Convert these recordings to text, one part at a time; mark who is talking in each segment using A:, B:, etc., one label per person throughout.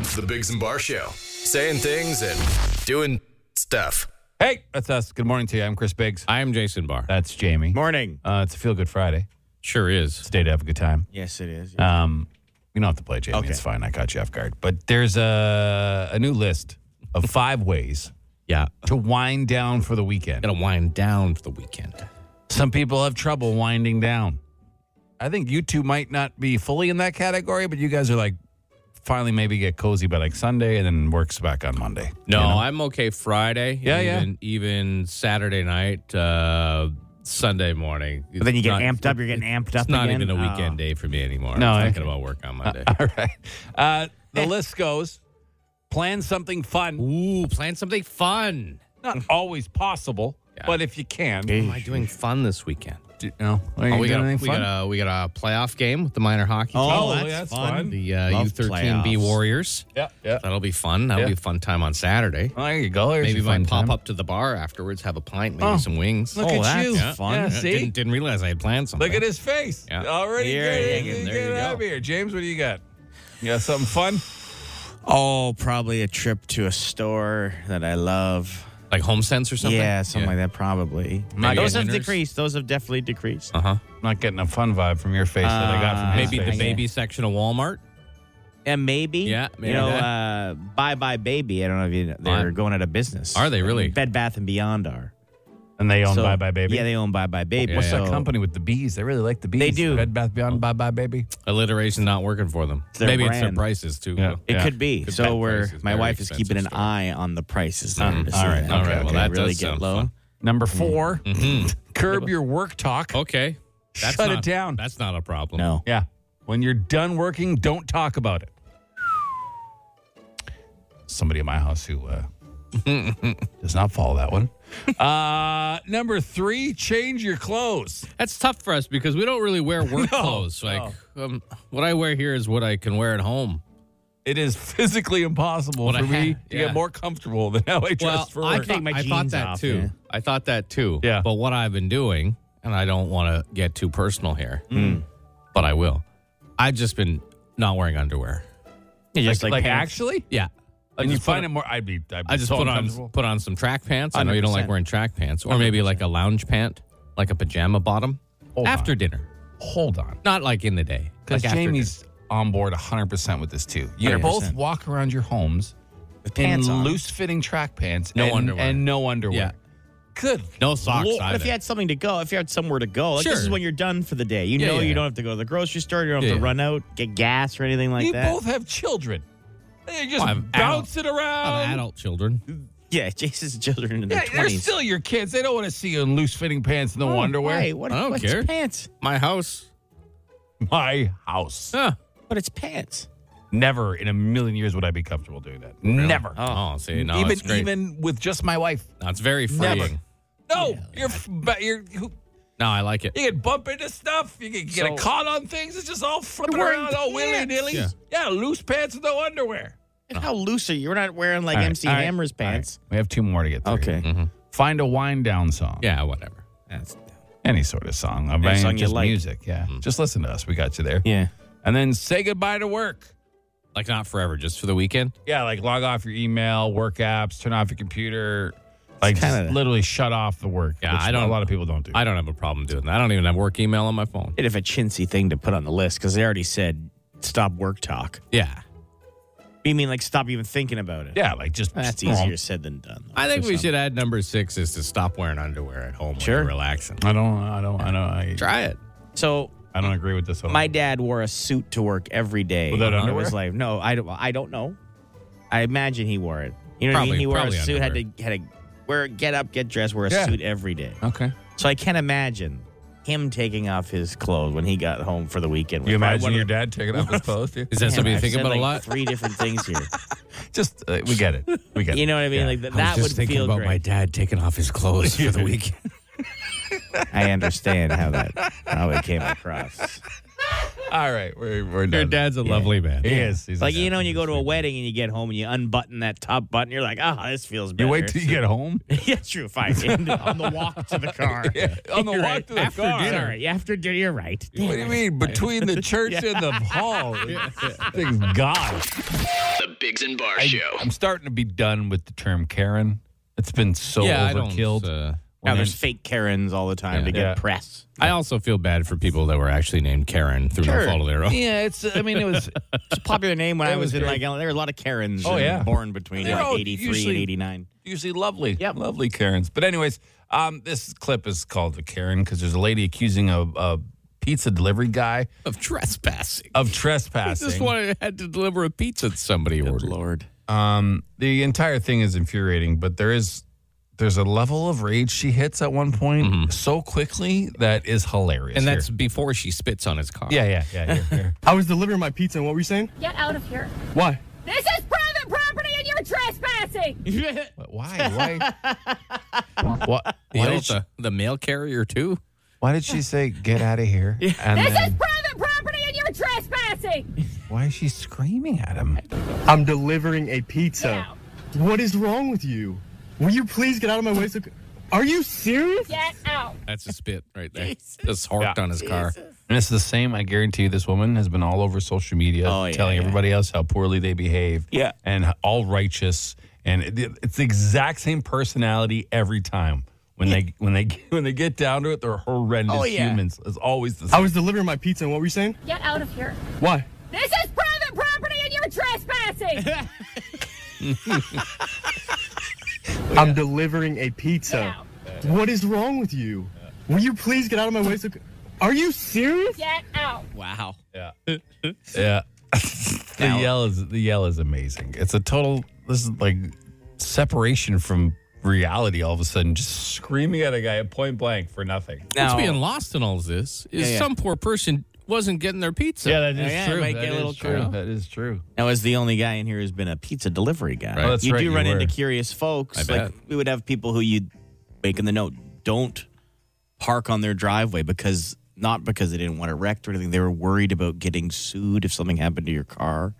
A: It's the Biggs and Bar Show. Saying things and doing stuff.
B: Hey, that's us. Good morning to you. I'm Chris Biggs.
C: I am Jason Barr.
B: That's Jamie.
D: Morning.
B: Uh, it's a feel good Friday.
C: Sure
B: It's
C: is.
B: a day to have a good time.
D: Yes, it is.
B: Um, you don't have to play Jamie. It's fine. I caught you off guard. But there's a, a new list of five ways
C: Yeah.
B: to wind down for the weekend.
C: Gonna wind down for the weekend.
B: Some people have trouble winding down. I think you two might not be fully in that category, but you guys are like finally maybe get cozy by like Sunday and then works back on Monday.
C: No, I'm okay Friday.
B: Yeah, yeah.
C: even, Even Saturday night, uh, Sunday morning.
D: But Uh, then you
C: It's
D: get
C: not-
D: amped up. You're getting amped up
C: It's not
D: again.
C: even a
D: Oh.
C: weekend day for me anymore.
B: No,
C: I'm
B: I-
C: thinking about work on Monday.
B: All right. Uh, the list goes plan something fun.
C: Eh. Ooh, plan something fun.
B: Not always possible, but if you can.
D: Oh
C: What am I doing fun this weekend?
B: Do- No. Are you
C: Oh, we
B: doing
C: got, a,
B: anything
C: we,
B: fun?
C: got a, we got a playoff game with the minor hockey team.
B: Oh, that's fun.
C: The uh,
D: Love
C: U13B
D: playoffs.
C: Warriors.
B: yeah, yeah.
C: That'll be fun. That'll
B: Yeah.
C: be a fun time on Saturday.
B: Well, there you go. There's
C: Maybe
B: your fun
C: might pop
B: time.
C: up to the bar afterwards, have a pint, maybe
B: Oh,
C: some wings.
B: Look at you.
C: Yeah.
D: fun.
B: Yeah,
C: Yeah,
B: see?
C: Didn't, didn't realize I had planned something.
B: Look at his face.
C: Yeah.
B: Already
D: Here,
B: getting,
D: Higgins, there
B: getting
D: you go.
B: out of here. James, what do you got? You got something fun?
D: Oh, probably a trip to a store that I love.
C: Like home sense or something?
D: Yeah, something like that. Probably.
C: Maybe
D: Those
C: a
D: have
C: winners.
D: decreased. Those have definitely decreased.
C: Uh huh.
B: not getting a fun vibe from your face that I got from his
C: Uh, Maybe the
B: face.
C: baby section of Walmart.
D: And maybe.
C: Yeah, maybe
D: you know,
C: that.
D: uh, Bye Bye Baby. I don't know if you, they're
C: Are-
D: going out of business.
C: Are they really?
D: Bed Bath and Beyond are.
B: And they own
D: So-
B: Bye Bye Baby.
D: Yeah, they own Bye Bye Baby.
C: What's
D: so
B: that company with the bees. They really like the bees.
D: They do.
B: Bed Bath
C: Oh.
B: Beyond Bye Bye Baby.
C: Alliteration not working for them.
D: their
C: maybe it's their
D: brand.
C: prices too.
B: Yeah.
D: It could be.
C: Could
D: so
C: bet
D: we're
C: prices.
D: my
C: Very
D: wife is keeping an
C: expensive Mm. store.
D: eye on the prices. Not to see
B: All right,
D: that.
B: all
D: Okay,
B: right, well,
D: okay,
C: that
D: really
C: does
D: get
C: sound
D: low.
C: fun.
B: Number
C: Mm.
B: 4 curb your work talk.
C: Okay. Mm-hmm. Oh, That's
B: Shut it
C: not-
B: down.
C: That's not a problem.
D: No.
B: Yeah. When you're done working, don't talk about it. Somebody at my house who uh, does not follow that one. Uh, number three, change your clothes.
C: That's tough for us because we don't really wear work clothes. Like, um, what I wear here is what I can wear at home.
B: It is physically impossible
C: What I
B: for me
C: had,
B: to
C: yeah.
B: get more comfortable than how I dress for
C: I,
B: work.
C: thought,
D: my
C: I thought
D: jeans
C: that
D: off,
C: too.
D: yeah.
C: I thought that too.
B: Yeah.
C: But what I've been doing, and I don't want to get too personal here, but I will. I've just been not wearing underwear.
D: Yeah,
B: like,
D: just like,
B: like
D: pants.
B: actually,
C: Yeah. I
B: and you
C: just put
B: find it more. I'd be. I'd be
C: I just
B: so
C: put
B: uncomfortable.
C: on put on some track pants. I know you don't like
D: 100%.
C: wearing track pants, or maybe like a lounge pant, like a pajama bottom
B: Hold
C: after
B: on.
C: dinner,
B: Hold on,
C: not like in the day.
B: because
C: like after
B: Jamie's on board 100 percent with this too. You
D: 100%.
B: both walk around your homes
D: With pants
B: in
D: on.
B: loose-fitting track pants,
C: No
B: and,
C: underwear.
B: and no underwear.
C: Yeah.
B: Good.
C: dinner. no socks
D: Well, What
C: either.
D: if you had something to go? If you had somewhere to go, like this is
C: Sure.
D: when you're done for the day. You
C: Yeah,
D: know
C: yeah,
D: you
C: yeah.
D: don't have to go to the grocery store. You don't have
C: Yeah,
D: to
C: yeah.
D: run out, get gas or anything like
B: you
D: that.
B: both have children. They just
C: Well, I have
B: bounce it around.
C: Of adult children.
D: Yeah, Jason's children in their
B: Yeah, they're
D: twenties. Oh,
B: still your kids. They don't want to see you in loose-fitting pants, no underwear.
D: What,
C: I don't
D: what's
C: care.
D: pants?
C: My house.
B: My house.
C: Huh.
D: But it's pants.
B: Never in a million years would I be comfortable doing that. Never.
C: Oh, see, no,
B: even
C: it's great.
B: even with just my wife.
C: no, it's very freeing.
B: Never. No, you're f- but you're you
C: No, I like it.
B: you can bump into stuff. You can get
D: So-
B: caught on things. It's just all flipping
D: You're wearing
B: around, all
D: pants.
B: willy nilly. Yeah.
C: Yeah.
B: loose pants with no underwear.
D: And how loose are you? You're not wearing like MC
B: Oh. all right, Mm-hmm.
D: Hammer's pants.
B: We have two more to get through. Find a wind down song.
C: Yeah, whatever.
D: That's-
B: Any sort of song. I
D: Any
B: mean,
D: song you
B: just
D: like. Mm-hmm.
B: music. Yeah. Just listen to us. We got you there.
D: yeah.
B: And then say goodbye to work.
C: Like not forever, just for the weekend.
B: Yeah, like log off your email, work apps, turn off your computer. Like just
D: kinda-
B: literally shut off the work.
C: Yeah,
B: which
C: I don't-
B: A lot of people don't do.
C: I don't have a problem doing that. I don't even have work email on my phone.
D: Bit of a chintzy thing to put on the list because they already said stop work talk.
C: Yeah.
D: You mean like stop even thinking about it?
B: yeah, like just
D: That's easier said than done. though,
C: I think
D: for
C: we
D: some.
C: should add number six is to stop wearing underwear at home
D: Sure.
C: when you're relaxing.
B: I don't. I don't. I don't. I,
C: Try it.
D: So
B: I don't agree with this. one.
D: my dad wore a suit to work every day
B: Without
D: of
B: underwear?
D: his life. No, I don't. I don't know. I imagine he wore it. You know what I
C: Probably-
D: mean? He wore a
C: probably
D: suit, had to had to wear, get up, get dressed, wear a
B: Yeah.
D: suit every day.
B: Okay.
D: So I can't imagine him taking off his clothes when he got home for the weekend.
B: You
D: Probably
B: imagine
D: one
B: your
D: of the-
B: dad taking off his clothes?
C: Is that
D: Man,
C: something you
D: I've
C: think
D: said,
C: about
D: like,
C: a lot?
D: Three different things here.
B: Just uh, we get it. We get
D: You
B: it.
D: know what I mean? Like th- that would feel great.
C: dad taking off his clothes for the weekend.
D: I understand how that probably came across.
B: All right, we're, we're done.
C: Your dad's a lovely man.
B: He is. He's
D: like
B: a-
D: you know, when you go to a wedding and you get home and you unbutton that top button, you're like, ah, this feels better.
B: You wait till you get home.
D: yeah, true. Fine. And on the walk to the car.
B: on the
D: You're
B: walk
D: right.
B: to the
D: after
B: car.
D: Dinner. Sorry, after dinner. You're right.
B: What do you mean between the church and the hall? Thanks God.
A: The Bigs and Bar Show.
B: I'm starting to be done with the term Karen. It's been so
C: Yeah, I don't.
B: overkilled.
C: uh,
D: Now there's fake Karens all the time to get
B: Yeah.
D: press.
C: I also feel bad for people that were actually named Karen through no
D: Sure.
C: fault of their own.
B: yeah, it's. I mean, it was.
D: It's a popular name when I was,
B: was
D: in
B: great.
D: like there were a lot of Karens.
B: Oh,
D: and
B: yeah.
D: born between
B: They're all
D: like 83
B: usually-
D: and 89.
B: usually lovely. yeah, Lovely Karens. But anyways, um, this clip is called the Karen because there's a lady accusing a, a pizza delivery guy
C: Of trespassing.
B: of trespassing.
C: This one had to deliver a pizza to somebody ordered.
D: Lord.
B: um, the entire thing is infuriating, but there is there's a level of rage she hits at one point so quickly that is hilarious.
C: And that's before she spits on his car.
B: Here. yeah, yeah, yeah. here, here.
E: I was delivering my pizza, and what were you saying?
F: Get out of here.
E: Why?
F: This is private property and you're trespassing.
B: But why? Why? why,
C: You
B: why,
C: know,
B: did she,
C: the, the mail carrier too.
B: why did she say get out of here? And
F: This is
B: then
F: private property and you're trespassing.
B: why is she screaming at him?
E: I'm delivering a pizza. What is wrong with you? Will you please get out of my way? So- Are you serious?
F: Get out.
C: That's a spit right there. Just harped on his car.
B: And it's the same. I guarantee you, this woman has been all over social media
D: Oh, yeah,
B: telling
D: yeah.
B: everybody else how poorly they behave.
D: Yeah.
B: And h- all righteous. And it- it's the exact same personality every time. When they when they when they get down to it, they're horrendous
D: Oh, yeah.
B: humans. It's always the
E: I
B: same.
E: was delivering my pizza, and what were you saying?
F: Get out of here.
E: Why?
F: This is private property and you're trespassing.
E: I'm delivering a pizza.
F: out.
E: What is wrong with you? Will you please get out of my way? So- Are you serious?
F: Get out.
D: Wow.
B: yeah. the yell is the yell is amazing. It's a total. This is like separation from reality. All of a sudden, just screaming at a guy at point blank for nothing.
D: Now,
C: What's being lost in all this is
D: Yeah, yeah.
C: some poor person wasn't getting their pizza.
B: Yeah, that is
D: Yeah, it
B: true.
D: might
B: That
D: get a
B: is
D: little
B: true.
D: curl.
B: That is true.
D: now as the only guy in here who's been a pizza delivery guy,
C: Right. Oh,
B: that's
D: you
B: right,
D: do
B: you
D: run into
B: were.
D: curious folks.
C: I
D: like
C: bet.
D: we would have people who you'd make in the note, don't park on their driveway because not because they didn't want it wrecked or anything. They were worried about getting sued if something happened to your car.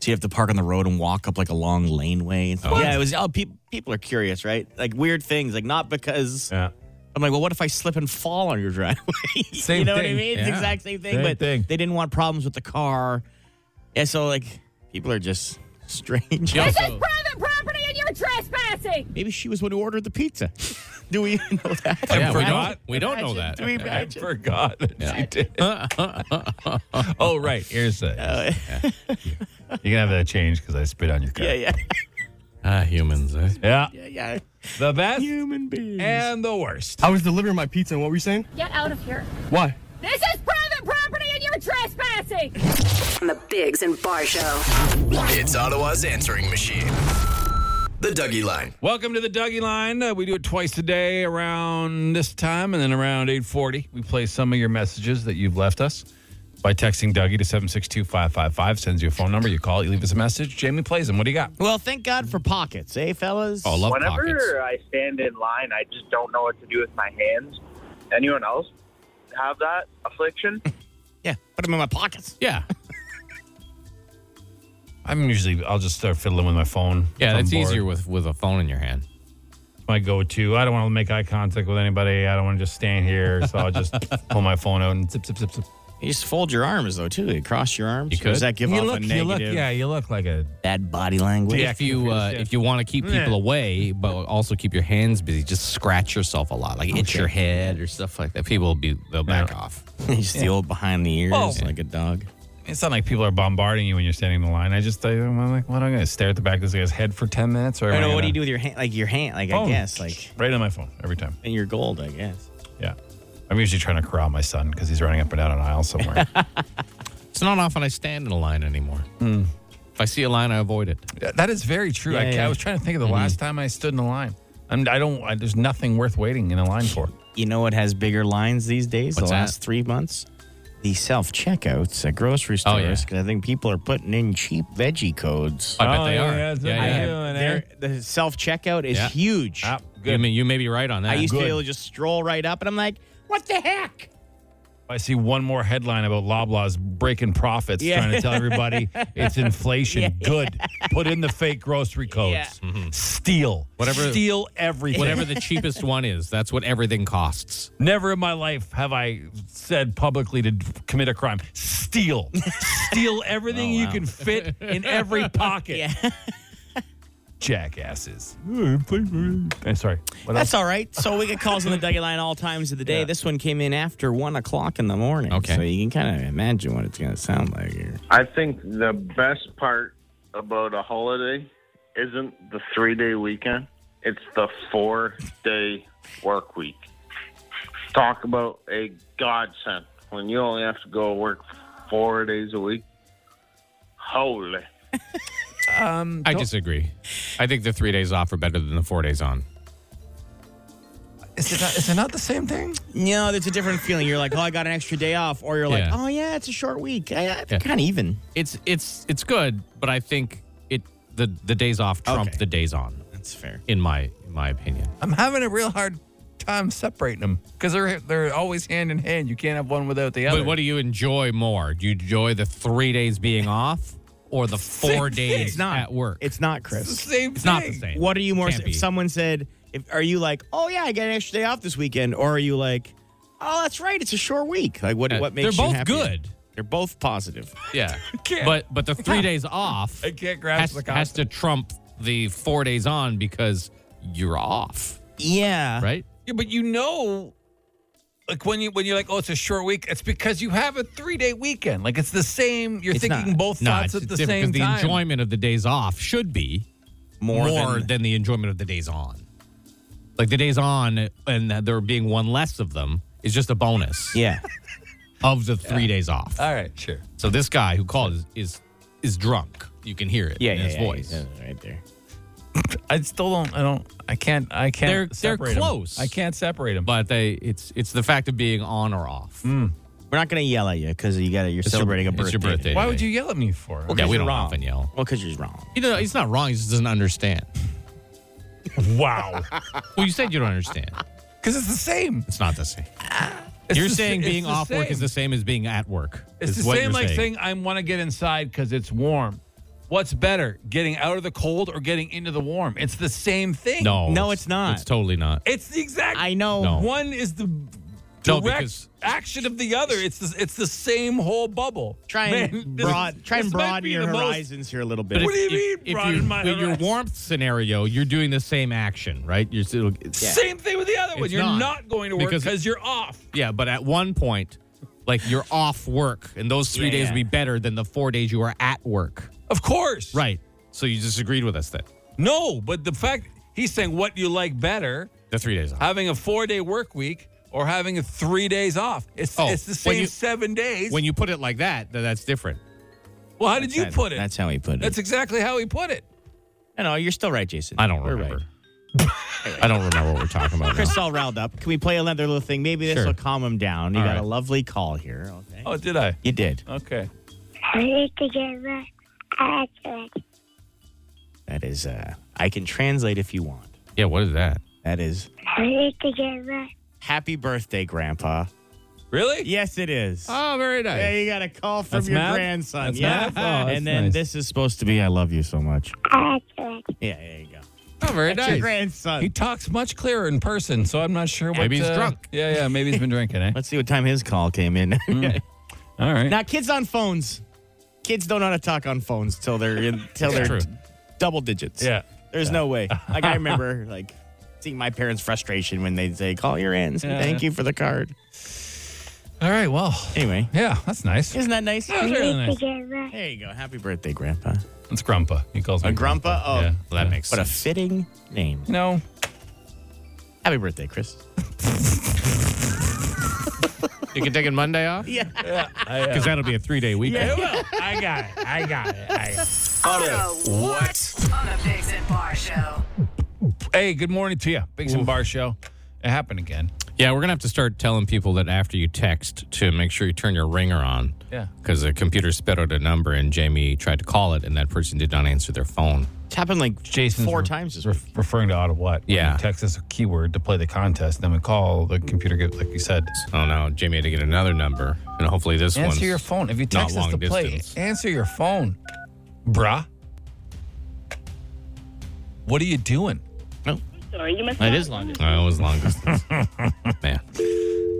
D: So you have to park on the road and walk up like a long laneway. And stuff. Yeah, it was. Oh, peop people are curious, right? Like weird things. Like not because
B: Yeah.
D: I'm like, well, what if I slip and fall on your driveway? you
B: Same
D: know what I
B: thing.
D: mean? It's the
C: Yeah.
D: exact same thing.
B: Same
D: but
B: thing.
D: they didn't want problems with the car. Yeah, so like people are just strange.
C: Yeah.
F: This is
C: So-
F: private property and you're trespassing.
D: Maybe she was one who ordered the pizza. Do we even know that?
C: Yeah, we,
B: forgot.
C: don't, we don't know that.
D: Do we
B: I
D: imagine?
B: forgot that she did. oh, right. Here's the.
D: Oh.
B: You're going to have that change because I spit on your car.
D: Yeah, yeah,
C: Ah, humans. eh?
B: Yeah.
D: yeah, yeah.
B: The best
D: Human beings.
B: and the worst.
E: I was delivering my pizza, and what were you saying?
F: Get out of here.
E: Why?
F: This is private property and you're trespassing.
G: On the Bigs and Bar Show.
A: It's Ottawa's answering machine. The Dougie Line.
B: Welcome to the Dougie Line. Uh, we do it twice a day around this time and then around 840. We play some of your messages that you've left us by texting Dougie to 762-555. Sends you a phone number. You call, you leave us a message. Jamie plays them. What do you got?
D: Well, thank God for pockets, eh, fellas?
C: Oh, love
H: Whenever
C: pockets.
H: I stand in line, I just don't know what to do with my hands. Anyone else have that affliction?
D: yeah. Put them in my pockets.
C: Yeah.
B: I'm usually, I'll just start fiddling with my phone. if
C: Yeah,
B: I'm
C: that's
B: bored.
C: easier with, with a phone in your hand.
B: my go-to. I don't want to make eye contact with anybody. I don't want to just stand here, so I'll just pull my phone out and zip, zip, zip, zip.
D: You just fold your arms though too. You cross your arms.
C: You
D: Or Does
C: could.
D: that give off a negative?
B: you look like a.
D: Bad body language.
C: if you uh, if you want to keep people away, but also keep your hands busy, just scratch yourself a lot, like itch your head or stuff like that. People will be they'll back off.
D: just the old behind the ears
C: Oh.
D: like a dog.
B: It's not like people are bombarding you when you're standing in the line. I just, I, am like, what? I'm gonna stare at the back of this guy's head for ten minutes, or
D: I
B: am
D: know. What do
B: gonna-
D: you do with your hand? Like your hand? Like
C: Oh.
B: Phone.
D: I guess. Like
B: right on my phone every time.
D: and your gold. I guess.
B: Yeah, I'm usually trying to corral my son because he's running up and down an aisle somewhere.
C: It's not often I stand in a line anymore. If I see a line, I avoid it.
B: Yeah, that is very true. I,
D: Yeah,
B: ca-
D: yeah. Mm-hmm.
B: I was trying to think of the last time I stood in a line. I'm, I don't. I, there's nothing worth waiting in a line for.
D: You know what has bigger lines these days?
C: What's
D: the
C: that?
D: last three months. The self checkouts at grocery
C: Oh,
D: stores
C: yeah.
D: 'cause I think people are putting in cheap veggie codes.
C: I bet
B: Oh,
C: they
B: yeah,
C: are.
B: that's what
C: yeah,
B: they
C: yeah.
B: do. doing, eh?
D: They're- the self checkout is
C: Yeah.
D: huge.
B: Ah,
C: You may, you may be right on that.
D: I used to
C: Good.
D: be able to just stroll right up, and I'm like, what the heck?
B: If I see one more headline about Loblaws breaking profits,
C: Yeah.
B: trying to tell everybody it's inflation. Good. Put in the fake grocery codes. Steal.
C: Whatever-
B: Steal everything.
C: Whatever the cheapest one is, that's what everything costs.
B: Never in my life have I said publicly to d- commit a crime. Steal. Steal everything you can fit in every pocket. Jackasses. Eh, sorry. What
D: That's
B: else?
D: all right. So we get calls on the Dougie line all times of the day. This one came in after one o'clock in the morning.
C: Okay.
D: So you can kind of imagine what it's going to sound like here.
I: I think the best part about a holiday isn't the three day weekend, it's the four day work week. Talk about a godsend when you only have to go work four days a week. Holy.
C: I disagree. I think the three days off are better than the four days on.
B: Is it, not, is it not the same thing?
D: No, there's a different feeling. You're like, oh, I got an extra day off. Or you're like,
C: Yeah.
D: oh, yeah, it's a short week. I, I,
C: Yeah.
D: Kind of even.
C: It's it's it's good, but I think it the the days off trump
D: Okay.
C: the days on
D: That's fair.
C: in my in my opinion.
B: I'm having a real hard time separating them because they're they're always hand in hand. You can't have one without the other.
C: But what do you enjoy more? Do you enjoy the three days being off or the four days at work?
D: It's not, Chris.
B: same
C: It's not the same.
D: What are you more?
C: Can't be.
D: If someone said, if, are you like, oh, yeah, I got an extra day off this weekend? Or are you like, oh, that's right. It's a short week. Like, what,
C: Yeah,
D: what makes
C: Uh, they're
D: you
C: both
D: happy?
C: good.
D: They're both positive.
C: Yeah,
B: can't.
C: but but the three days off
B: I can't
C: has,
B: grasp the
C: has
B: concept.
C: to trump the four days on because you're off,
B: Uh,
D: Yeah.
C: right?
B: Yeah, but you know, like when you when you're like, oh, it's a short week. It's because you have a three day weekend. Like it's the same. You're thinking
D: not.
B: both
C: No,
B: thoughts
C: it's-
B: at
C: it's
B: the
C: different
B: same
C: 'cause
B: time.
C: The enjoyment of the days off should be
D: More,
C: more,
D: than
C: than, the enjoyment of the days on. Like the days on and there being one less of them is just a bonus
D: Yeah.
C: of the three days off.
B: All right, sure.
C: So this guy who called is is, is drunk. You can hear it
D: Yeah.
C: in
D: yeah,
C: his
D: yeah,
C: voice.
D: yeah, Right there.
B: I still don't. I don't. I can't. I can't.
C: They're- they're
B: separate 'em.
C: close.
B: I can't separate them.
C: But they it's it's the fact of being on or off.
B: Mm.
D: We're not going to yell at you because you got you're
C: your-
D: celebrating a
C: it's
D: birthday.
C: your birthday.
B: why would you yell at me for? it?
C: yeah, we
D: you're
C: don't
D: wrong.
C: often yell.
D: Well, because you're wrong.
C: You know, he's not wrong. He just doesn't understand.
B: wow.
C: Well, you said you don't understand.
B: Because it's the same.
C: It's not the same.
B: It's
C: you're
B: the-
C: saying
B: it's
C: being
B: the
C: off work
B: same.
C: is the same as being at work.
B: It's
C: is
B: the
C: what
B: same
C: you're
B: like saying I want to get inside because it's warm. What's better, getting out of the cold or getting into the warm? It's the same thing.
C: No,
D: No, it's not.
C: It's totally not.
B: it's the exact.
D: I know.
C: No.
B: One is the direct
C: Oh. No, because-
B: action of the other. It's the, it's the same whole bubble.
D: Try and
B: Man, this-
D: broad, try and
B: this might
D: broaden
B: be
D: your
B: the most-
D: horizons here a little bit.
B: What do you mean, broaden
C: you,
B: my
C: with your
B: horizon?
C: warmth scenario, you're doing the same action, right? You're still,
B: Same thing with the other one.
C: It's
B: You're
C: not.
B: not, going to work
C: Because-
B: because you're off.
C: yeah, but at one point, like you're off work, and those three
D: Yeah,
C: days
D: yeah.
C: would be better than the four days you are at work,
B: Of course.
C: right? So you disagreed with us then.
B: No, but the fact he's saying what you like better,
C: The three days off.
B: having a four day work week or having a three days off. It's
C: Oh,
B: it's the
C: when
B: same
C: you-
B: seven days.
C: when you put it like that, then that's different.
B: well, how did you put it?
D: That's how he put it.
B: That's exactly how he put it.
D: no, no, you're still right, Jason.
C: I don't
D: We're
C: remember.
D: right.
C: I don't remember what we're talking about. now.
D: Chris all riled up. Can we play another little thing? Maybe this
C: Sure.
D: will calm him down. You
C: All
D: got
C: right.
D: a lovely call here. Okay.
B: Oh, did I?
D: You did.
B: Okay.
D: That is. uh I can translate if you want.
C: Yeah, what is that?
D: That is. Happy birthday, Grandpa.
B: Really?
D: Yes, it is.
C: Oh, very nice.
D: Yeah, you got a call from
B: That's
D: your
B: Matt?
D: grandson.
B: That's Matt?
D: yeah.
B: Oh, that's
D: and then
B: nice.
D: this is supposed to be I love you so much. Yeah, there you go.
C: Oh, very
D: Your
C: nice.
D: grandson.
B: He talks much clearer in person, so I'm not sure what. uh,
C: Maybe he's drunk.
B: Yeah, yeah. Maybe he's been drinking. Eh.
D: Let's see what time his call came in.
B: Mm. All right.
D: now, kids on phones. Kids don't know how to talk on phones till they're in till they're
C: True.
D: d- double digits.
B: Yeah.
D: There's no way. Like I remember like seeing my parents' frustration when they'd say, Call your aunt and say,
B: Yeah.
D: Thank you for the card.
B: All right. Well.
D: Anyway.
B: Yeah, that's nice.
D: Isn't that nice?
B: That was really nice.
D: There you go. Happy birthday, Grandpa.
B: It's Grumpa. He calls me
D: A grandpa? Oh,
B: Yeah,
C: Well, that makes
D: what a
C: sense.
D: fitting name.
B: You know,
D: Happy birthday, Chris.
C: you can take it Monday off?
D: Yeah.
C: Because that'll be a three day weekend.
B: I got it. I got it. I got it.
G: What? On the Bigs and Bar Show.
B: Hey, good morning to you. Big and Bar Show. It happened again.
C: Yeah, we're gonna have to start telling people that after you text to make sure you turn your ringer on.
B: Yeah.
C: because the computer spit out a number and Jamie tried to call it, and that person did not answer their phone.
D: It's happened like
B: Jason's
D: four
B: re-
D: times this
B: re-
D: week.
B: referring to auto what? When
C: Yeah.
B: you Text us a keyword to play the contest, then we call the computer. Gives, like you said,
C: Oh no, Jamie had to get another number, and hopefully this one.
B: answer your phone. If you
C: not
B: text us to
C: long
B: play,
C: distance.
B: answer your phone, bruh. What are you doing?
J: Sorry, you must.
D: It is long.
C: I uh, was long distance. Man,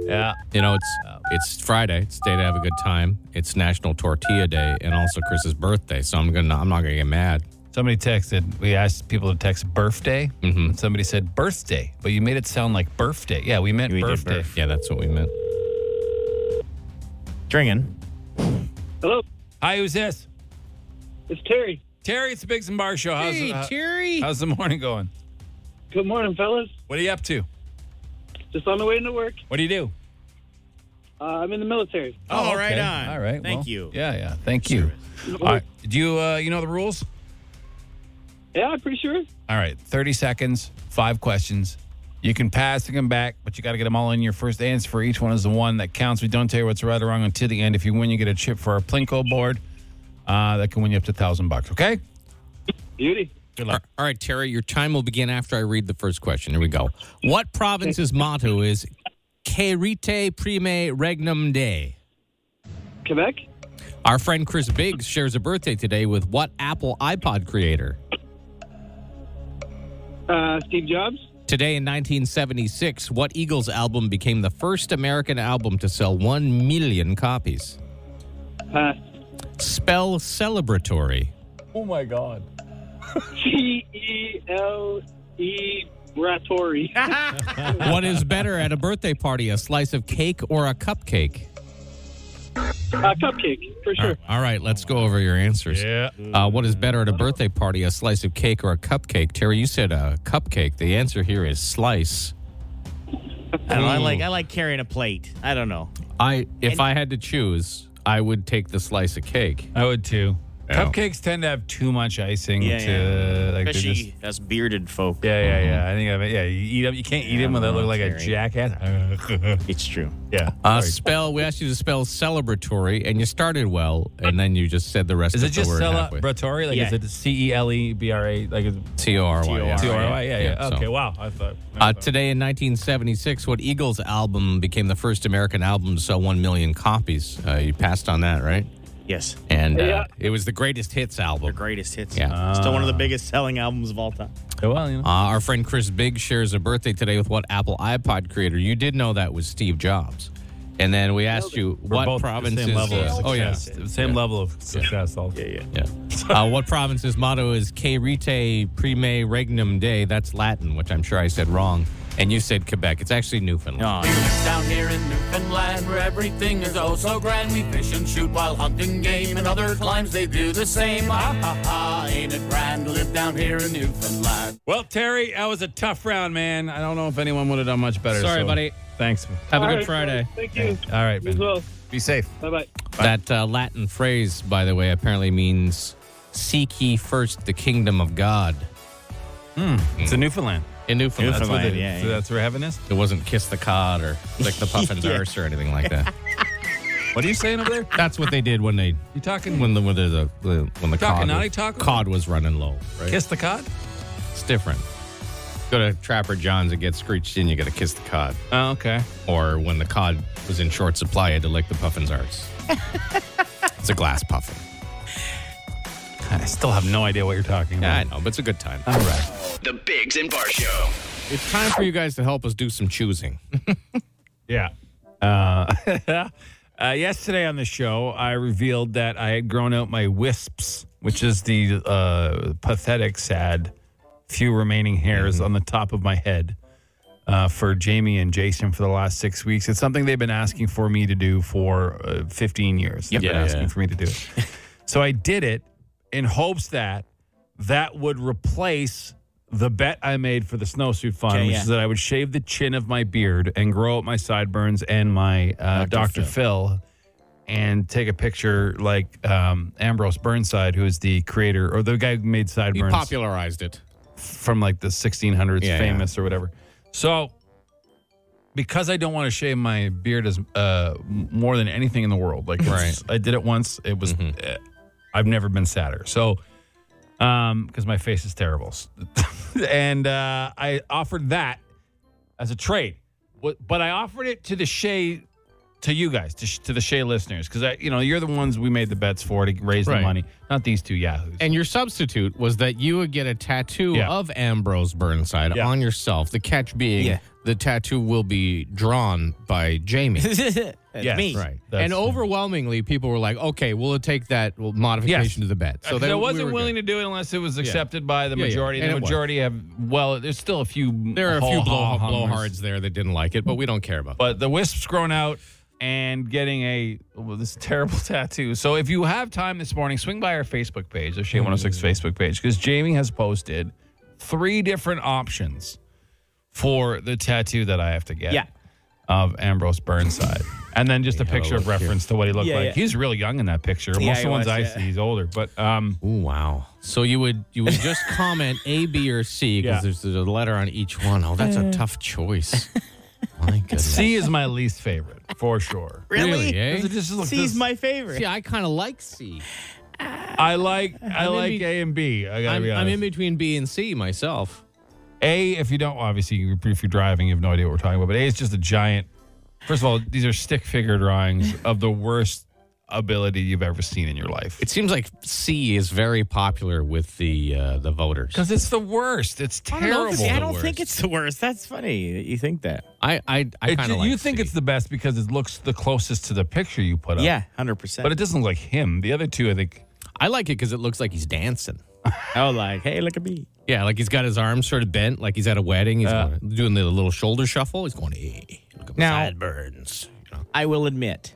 B: Yeah.
C: you know it's it's Friday. It's day to have a good time. It's National Tortilla Day, and also Chris's birthday. So I'm gonna I'm not gonna get mad.
B: Somebody texted. We asked people to text birthday. Mm-hmm. Somebody said birthday, but you made it sound like birthday. Yeah, we meant
D: We did
B: birthday.
D: birth.
C: Yeah, that's what we meant.
D: Dringing.
J: Hello,
B: Hi, who's this?
J: it's Terry.
B: Terry, it's the Biggs and Bar Show. How's, uh,
C: Terry.
B: how's the morning going?
J: Good morning, fellas.
B: What are you up to?
J: Just on the way into work.
B: What do you do?
J: Uh, I'm in the military.
D: Oh, right
B: okay.
D: on.
B: All right.
D: Thank
B: well,
D: you.
B: Yeah, yeah. Thank you. All right. Do you uh, you know the rules?
J: Yeah, I'm pretty sure.
B: All right. Thirty seconds. Five questions. You can pass and come back, but you got to get them all in. Your first answer for each one is the one that counts. We don't tell you what's right or wrong until the end. If you win, you get a chip for our Plinko board. Uh, that can win you up to thousand bucks. Okay.
J: Beauty.
B: Good
C: All
B: luck.
C: all right, Terry, your time will begin after I read the first question. Here we go. What province's motto is Querite Prime Regnum Dei?
J: Quebec.
C: Our friend Chris Biggs shares a birthday today with what Apple iPod creator?
J: Uh, Steve Jobs.
C: Today in 1976, what Eagles album became the first American album to sell 1 million copies?
J: Pass.
C: Spell celebratory.
B: Oh my God.
J: C E L E Ratori.
C: What is better at a birthday party, a slice of cake or a cupcake?
J: Uh, cupcake for sure.
C: All right, let's go over your answers.
B: Yeah.
C: Uh, what is better at a birthday party, a slice of cake or a cupcake? Terry, you said a cupcake. The answer here is slice.
D: I, don't know, I like I like carrying a plate. I don't know.
C: I, if I had to choose, I would take the slice of cake.
B: I would too.
C: Yeah.
B: Cupcakes tend to have too much icing.
D: Yeah,
B: to
D: yeah.
B: like they
D: Especially
B: just-
D: us bearded folk.
B: Yeah, yeah, yeah. I think I, yeah. You eat them. You can't eat them without looking like a jackass.
D: It's true.
B: yeah.
C: Uh, spell. We asked you to spell celebratory, and you started well, and then you just said the rest
B: Is
C: of
B: it just
C: the word
B: celebratory? Like,
D: Yeah.
B: is it C E L E B R A? Like, is
C: T O R Y.
B: T O R Y? Yeah, yeah.
C: Yeah, so-
B: okay, wow. I thought.
C: Uh, today in 1976, what Eagles album became the first American album to sell 1 million copies? Uh, you passed on that, right?
D: Yes.
C: And uh,
J: Yeah.
C: it was the greatest hits album.
D: The greatest hits.
C: Yeah.
D: Still one of the biggest selling albums of all time.
B: well, you know.
C: Uh, our friend Chris Big shares a birthday today with what Apple iPod creator? You did know that was Steve Jobs. And then we asked you
B: We're
C: what
B: both at
C: province
B: the same
C: is.
B: level of
C: oh yeah,
B: success. The Same level of success, also. Yeah, yeah.
C: yeah. uh, what province's motto is "Que Rite Prime Regnum Dei"? That's Latin, which I'm sure I said wrong. And you said Quebec. It's actually Newfoundland.
B: Uh,
K: Down here in Newfoundland, where everything is oh so grand, we fish and shoot while hunting game, and other climes they do the same. Ah ha ha, ain't it grand to live down here in Newfoundland?
B: Well, Terry, that was a tough round, man. I don't know if anyone would have done much better.
C: Sorry,
B: so
C: buddy.
B: Thanks.
C: Have a
J: All
C: good
J: right,
C: Friday.
J: Thank you.
B: All right,
J: You as
B: man.
J: well.
B: Be safe.
J: Bye bye.
C: That uh, Latin phrase, by the way, apparently means "Seek ye first the kingdom of God."
B: It's a Newfoundland.
C: In Newfoundland,
B: That's what
D: Newfoundland,
B: they-
D: yeah,
B: so
D: yeah.
B: that's where having this.
C: it wasn't "kiss the cod" or "lick the puffin's arse" or anything like that.
B: What are you saying over there?
C: That's what they did when they
B: You talking?
C: when the when the the- when the
B: Talking
C: cod,
B: naughty
C: was,
B: talk?
C: cod was running low. Right?
B: Kiss the cod?
C: It's different. Go to Trapper John's and get screeched in. You got to kiss the cod.
B: Oh, okay.
C: Or when the cod was in short supply, you had to lick the puffin's arse. it's a glass puffin.
B: I still have no idea what you're talking
C: Yeah, I
B: about.
C: know, but it's a good time.
B: All right.
K: The Bigs and Bar Show.
C: It's time for you guys to help us do some choosing.
B: Yeah. Uh, uh, yesterday on the show, I revealed that I had grown out my wisps, which is the uh, pathetic, sad few remaining hairs on the top of my head uh, for Jamie and Jason for the last six weeks. It's something they've been asking for me to do for uh, 15 years. They've been
C: Yeah,
B: asking
C: yeah.
B: for me to do it. so I did it in hopes that that would replace the bet I made for the snowsuit fund,
D: Okay,
B: which
D: yeah.
B: is that I would shave the chin of my beard and grow out my sideburns and my uh, Dr.
D: Dr.
B: Phil. and take a picture like um, Ambrose Burnside, who is the creator or the guy who made
C: You
B: sideburns
C: popularized it.
B: from like the 1600s,
C: Yeah,
B: famous or whatever. So because I don't want to shave my beard as uh, m- more than anything in the world. Like right. I did it once. It was
C: Mm-hmm.
B: eh, I've never been sadder. So um because my face is terrible. S- and uh, I offered that as a trade. Wh- But I offered it to the Shea to you guys, to, sh- to the Shea listeners cuz I you know, you're the ones we made the bets for to raise the
C: Right.
B: money, not these two yahoos.
C: And your substitute was that you would get a tattoo
B: Yeah.
C: of Ambrose Burnside on yourself. The catch being
D: Yeah.
C: the tattoo will be drawn by Jamie.
D: That's me.
C: Right.
B: That's-
C: and overwhelmingly, people were like, okay, we'll take that well, modification to the bet.
B: So
C: then
B: I
C: we
B: wasn't
C: were good.
B: willing to do it unless it was accepted by the
C: Yeah, yeah.
B: majority.
C: And
B: The
C: it was.
B: majority have well, there's still a few.
C: There are a few blow,
B: haw-haw hummers.
C: blowhards there that didn't like it, but we don't care about
B: but the wisps grown out and getting a well, this terrible tattoo. So if you have time this morning, swing by our Facebook page, the Shea 106 Facebook page, because Jamie has posted three different options for the tattoo that I have to get.
D: Yeah.
B: Of Ambrose Burnside. And then just a picture of reference to what he looked
D: Yeah,
B: like.
D: yeah.
B: He's real young in that picture.
D: Yeah,
B: Most of
D: he
B: the ones
D: was,
B: I
D: yeah.
B: see, he's older. But um,
C: it. Ooh, wow. So you would you would just comment A, B, or C because
B: Yeah.
C: there's a letter on each one. Oh,
D: Uh.
C: that's a tough choice. My goodness.
B: C is my least favorite for sure.
C: Really, eh?
B: Does it just look-
D: C's
B: does-
D: my favorite.
C: See, I kind of like C.
B: I like I
C: I'm in
B: like
C: be-
B: A and B. I gotta
C: I'm,
B: be
C: I'm in
B: honest.
C: between B and C myself.
B: A, if you don't obviously you- if you're driving, you have no idea what we're talking about. But A is just a giant. First of all, these are stick figure drawings of the worst ability you've ever seen in your life.
C: It seems like C is very popular with the uh, the voters.
B: Because it's the worst. It's
D: I don't, know
B: terrible.
D: if it's- I
B: The
D: don't think
B: worst.
D: it's the worst. Oh. That's funny that you think that.
C: I I, I
B: It-
C: kind of
B: you think it's the best because it looks the closest to the picture you put up.
D: Yeah, hundred percent.
B: But it doesn't look like him. The other two, I think.
C: I like it because it looks like he's dancing.
D: oh, like, hey, look at me.
C: Yeah, like he's got his arms sort of bent, like he's at a wedding. He's
B: Uh.
C: going, doing the little shoulder shuffle. He's going, hey, look at my
D: Now-
C: sideburns. You know.
D: I will admit,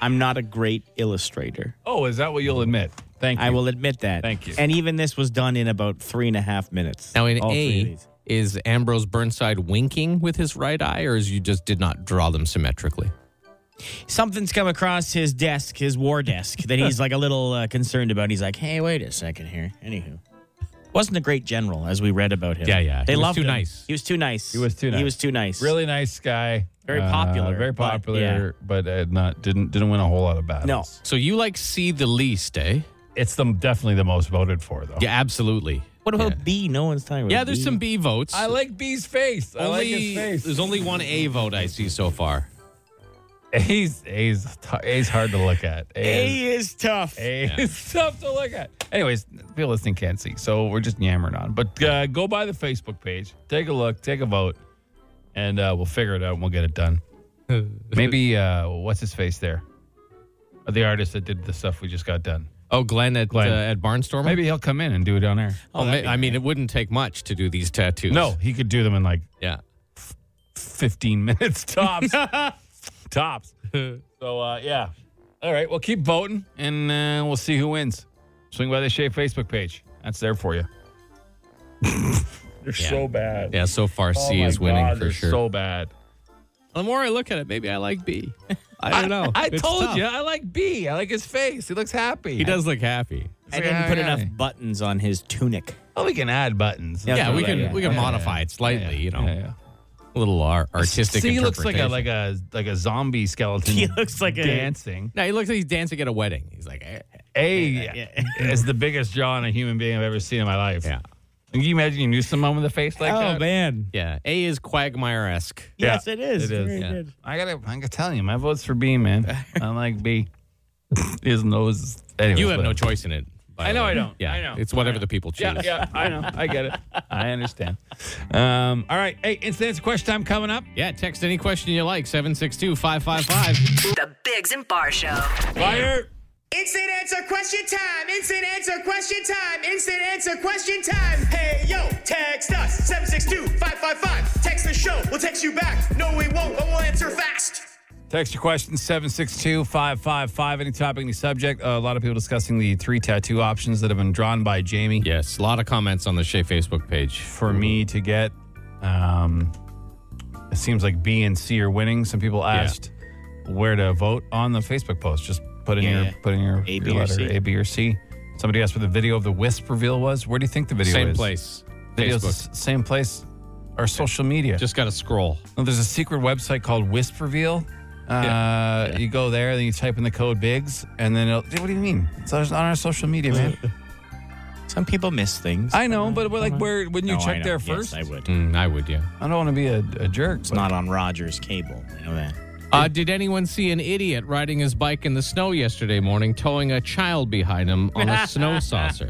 D: I'm not a great illustrator.
B: Oh, is that what you'll admit? Thank you.
D: I will admit that.
B: Thank you.
D: And even this was done in about three and a half minutes.
C: Now in
D: all three of
C: A,
D: these.
C: is Ambrose Burnside winking with his right eye, or is you just did not draw them symmetrically?
D: something's come across his desk, his war desk, that he's like a little uh, concerned about. He's like, hey, wait a second here. Anywho, wasn't a great general as we read about him.
C: Yeah, yeah.
D: They
C: He was
D: loved
C: too
D: him.
C: nice.
D: He was too nice.
B: He was too nice.
D: He was too nice.
B: Really nice guy.
D: Very
B: Uh,
D: popular,
B: very
D: but-
B: popular, but, uh, not didn't didn't win a whole lot of battles.
D: No.
C: So you like C the least, eh?
B: it's the definitely the most voted for though.
C: Yeah, absolutely.
D: What about B? No one's talking about
C: Yeah, there's
D: B.
C: some B votes.
B: I like B's face. I like his face.
C: There's only one A vote I see so far.
B: A's A's t- A's hard to look at. A is,
D: A is tough.
B: A is tough to look at. Anyways, people listening can't see, so we're just yammering on. But uh, go by the Facebook page, take a look, take a vote, and uh, we'll figure it out and we'll get it done. Maybe uh, what's his face there? The artist that did the stuff we just got done.
C: Oh, Glenn at
B: Glenn.
C: Uh, at Barnstormer.
B: Maybe he'll come in and do it on air.
C: Oh, ma- I mean, it wouldn't take much to do these tattoos.
B: No, he could do them in like
C: Yeah.
B: 15 minutes tops. tops. So, uh, yeah. All right. Well, keep voting and uh, we'll see who wins. Swing by the Shea Facebook page. That's there for you. they're so bad.
C: Yeah. So far, C
B: Oh my
C: is winning
B: God,
C: for
B: they're
C: sure.
B: So bad.
C: the more I look at it, maybe I like B. I don't know.
B: I
C: It's
B: told
C: tough.
B: you. I like B. I like his face. He looks happy.
C: He does look happy.
D: I didn't put enough buttons on his tunic.
B: Oh, we can add buttons.
D: Yeah,
C: Yeah, we
D: yeah,
C: can
D: yeah.
C: we can modify it slightly. You know,
B: Yeah, yeah.
C: a little ar- artistic.
B: C looks like a
C: interpretation.
B: like a like a zombie skeleton.
D: He looks like a-
B: dancing.
C: No, he looks like he's dancing at a wedding. He's like, eh.
B: A is the biggest jaw on a human being I've ever seen in my life.
C: Yeah.
B: Can you imagine you knew someone with a face like that?
D: Oh, man.
C: yeah. A is Quagmire esque.
D: Yes, it is.
B: It is.
D: Very
B: yeah.
D: good.
B: I gotta, I gotta tell you, my vote's for B, man. I like B. His nose. is- Anyways,
C: You have no
B: whatever.
C: choice in it. by
B: I
C: the
B: know
C: way.
B: I don't.
C: Yeah,
B: I know.
C: It's whatever the people choose.
B: Yeah, yeah, I know. I get it. I understand. Um, all right. Hey, instant answer question time coming up.
C: Yeah, text any question you like, 762 555.
G: The Bigs and Bar Show.
B: Fire.
K: Instant answer question time. Instant answer question time. Instant answer question time. Hey, yo, text us 762 555. Text the show. We'll text you back. No, we won't, but we'll answer fast.
B: Text your questions 762 555. Any topic, any subject. Uh, a lot of people discussing the three tattoo options that have been drawn by Jamie.
C: Yes, a lot of comments on the Shea Facebook page.
B: for me
D: Mm-hmm.
B: to get. Um, it seems like B and C are winning. Some people asked where to vote on the Facebook post. Just put in
D: Yeah,
B: your
D: yeah.
B: put in your,
D: A,
B: your
D: B, or
B: letter
D: C.
B: A, B, or C. Somebody asked where the video of the wisp reveal was. Where do you think the video
C: Same
B: is?
C: place.
B: Video's
C: Facebook.
B: the s- same place. our social media.
C: Just got to scroll.
B: Oh, there's a secret website called Wisp Reveal. Uh, You go there, then you type in the code Biggs, and then it'll, Dude, what do you mean? It's on our social media, man.
D: Some people miss things.
B: I know, but we're like, where wouldn't you
D: Uh-huh. No, I
B: check
D: know.
B: there
D: Yes,
B: first?
D: I would.
C: Mm, I would, yeah.
B: I don't want to be a, a jerk.
D: It's not on Rogers cable. I know that.
C: Uh, did anyone see an idiot riding his bike in the snow yesterday morning, towing a child behind him on a snow saucer?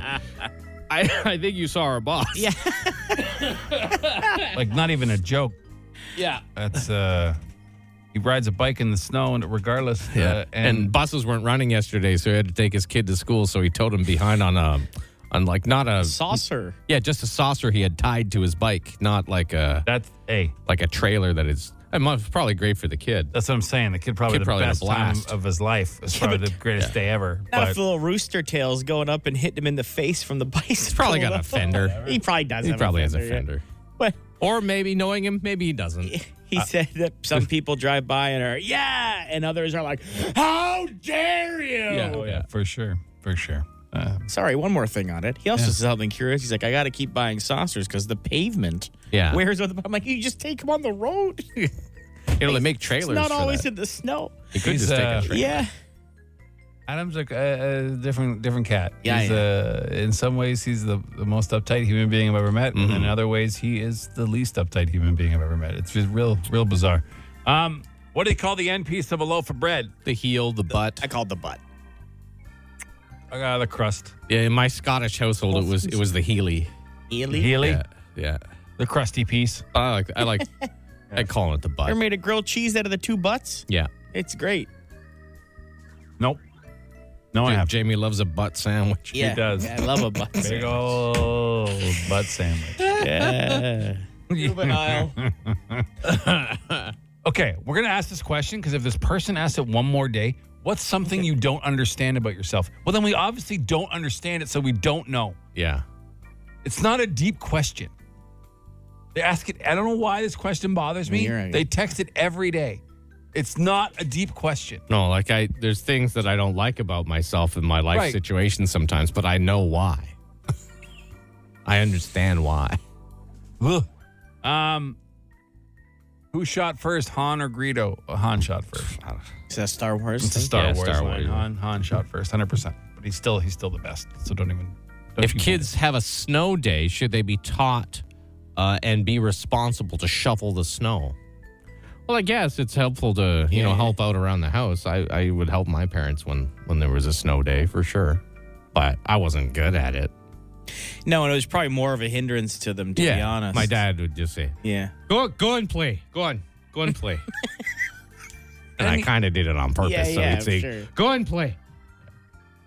C: I, I think you saw our boss. Yeah.
B: Like, not even a joke.
C: Yeah.
B: That's uh, he rides a bike in the snow, and regardless, uh,
C: and,
B: and,
C: buses weren't running yesterday, so he had to take his kid to school. So he towed him behind on a, on like not a
D: Saucer.
C: yeah, just a saucer he had tied to his bike, not like a
B: that's a.
C: like a trailer that is. I mean, it's probably great for the kid.
B: That's what I'm saying. The kid probably
C: Kid
B: had the
C: probably had a
B: best time
C: blast.
B: of his life. It's probably the greatest day ever.
D: Not
B: But
D: if the little rooster tail's going up and hitting him in the face from the bicycle. He's
C: probably got a fender.
D: he probably does.
C: He
D: have
C: probably
D: a
C: has
D: fender,
C: a fender,
D: Yeah. But
C: or maybe knowing him, maybe he doesn't.
D: he said that some people drive by and are yeah, and others are like, "How dare you!"
B: oh, yeah, for sure, for sure. Uh,
D: Sorry, one more thing on it. He also said something curious. He's like, "I got to keep buying saucers because the pavement
C: Yeah.
D: wears on the." I'm like, "You just take them on the road. it's
C: You know, they make trailers.
D: not
C: for
D: always
C: that.
D: in the snow."
C: They could
B: He's,
C: just take
B: uh,
C: a trailer.
D: Yeah,
B: Adam's like a, a different different cat.
D: Yeah,
B: he's
D: yeah.
B: Uh, in some ways he's the, the most uptight human being I've ever met, and
C: Mm-hmm.
B: in other ways he is the least uptight human being I've ever met. It's just real real bizarre. Um, what do they call the end piece of a loaf of bread?
C: the heel, the butt.
D: I called the butt.
B: Uh, the crust,
C: Yeah, in my Scottish household, it was it was the heely.
D: Ely.
B: Healy,
C: Yeah, yeah.
B: the crusty piece.
C: I like I like I call it the
D: Ever
C: butt.
D: made a grilled cheese out of the two butts?
C: Yeah.
D: It's great.
B: Nope, no, I
C: Ja-
B: have.
C: Jamie loves a butt sandwich.
D: Yeah,
B: does.
D: I love a butt.
B: Big old butt sandwich.
D: yeah. Juvenile.
B: Okay, we're gonna ask this question because if this person asks it one more day, what's something you don't understand about yourself? Well, then we obviously don't understand it, so we don't know.
C: Yeah.
B: It's not a deep question. They ask it. I don't know why this question bothers me.
D: You're right.
B: They text it every day. It's not a deep question.
C: No, like I there's things that I don't like about myself in my life
B: Right.
C: situation sometimes, but I know why. I understand why.
B: Ugh. Um, who shot first, Han or Greedo? Uh, Han shot first.
D: Is that Star Wars?
B: It's a
D: thing?
B: Star
C: Yeah,
B: Wars
C: Star
B: line.
C: Wars.
B: Han, Han shot first, hundred percent. But he's still he's still the best. So don't even. Don't
C: If
B: you-
C: kids have a snow day, should they be taught uh, and be responsible to shovel the snow? Well, I guess it's helpful to you know help out around the house. I, I would help my parents when when there was a snow day for sure, but I wasn't good at it.
D: No, and it was probably more of a hindrance to them, to be honest.
C: my dad would just say,
D: Yeah.
C: "Go go and play, go on, go and play," and I kind of did it on purpose.
D: Yeah,
C: so
D: yeah,
C: he'd say,
D: sure.
C: "Go and play."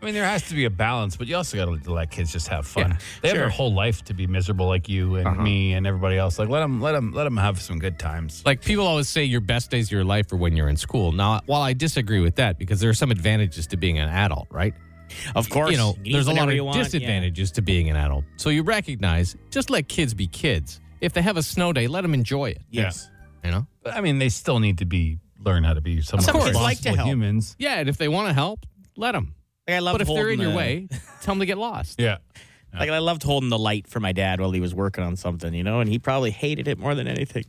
B: I mean, there has to be a balance, but you also got to let kids just have fun.
C: Yeah,
B: they have their
C: sure. Uh-huh.
B: whole life to be miserable, like you and me and everybody else. Like let them, let them, let them have some good times.
C: Like people always say, your best days of your life are when you're in school. Now, while I disagree with that because there are some advantages to being an adult, right?
D: Of course.
C: you know,
D: can eat
C: there's a lot
D: whatever you
C: of
D: want, yeah.
C: disadvantages to being an adult. So you recognize, just let kids be kids. If they have a snow day, let them enjoy it.
D: Yes.
C: You know?
B: But, I mean, they still need to be learn how to be some
D: Some
C: kids
B: responsible
D: like to help.
B: humans.
C: Yeah, and if they want to help, let them.
D: Like I loved
C: But if they're
D: holding
C: in your
D: the-
C: way, tell them to get lost.
B: Yeah,
D: Like I loved holding the light for my dad while he was working on something, you know, and he probably hated it more than anything.